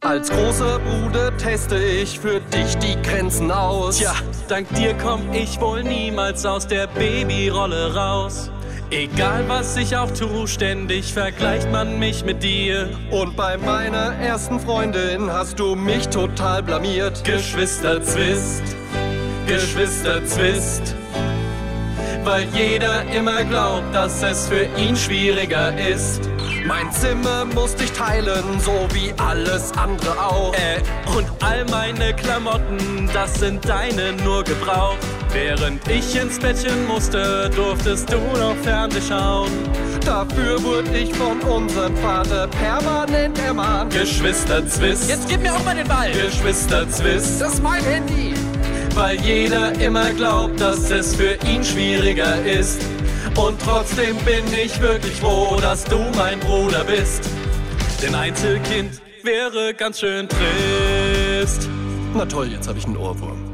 Als großer Bruder teste ich für dich die Grenzen aus. Tja, dank dir komm ich wohl niemals aus der Babyrolle raus. Egal was ich auch tu, ständig vergleicht man mich mit dir. Und bei meiner ersten Freundin hast du mich total blamiert. Geschwisterzwist, Geschwisterzwist. Weil jeder immer glaubt, dass es für ihn schwieriger ist. Mein Zimmer musste ich teilen, so wie alles andere auch. Äh, und all meine Klamotten, das sind deine nur Gebrauch. Während ich ins Bettchen musste, durftest du noch Fernseh schauen. Dafür wurde ich von unserem Vater permanent ermahnt. Geschwisterzwist. Jetzt gib mir auch mal den Ball. Geschwisterzwist. Das ist mein Handy. Weil jeder immer glaubt, dass es für ihn schwieriger ist. Und trotzdem bin ich wirklich froh, dass du mein Bruder bist. Denn Einzelkind wäre ganz schön trist. Na toll, jetzt habe ich einen Ohrwurm.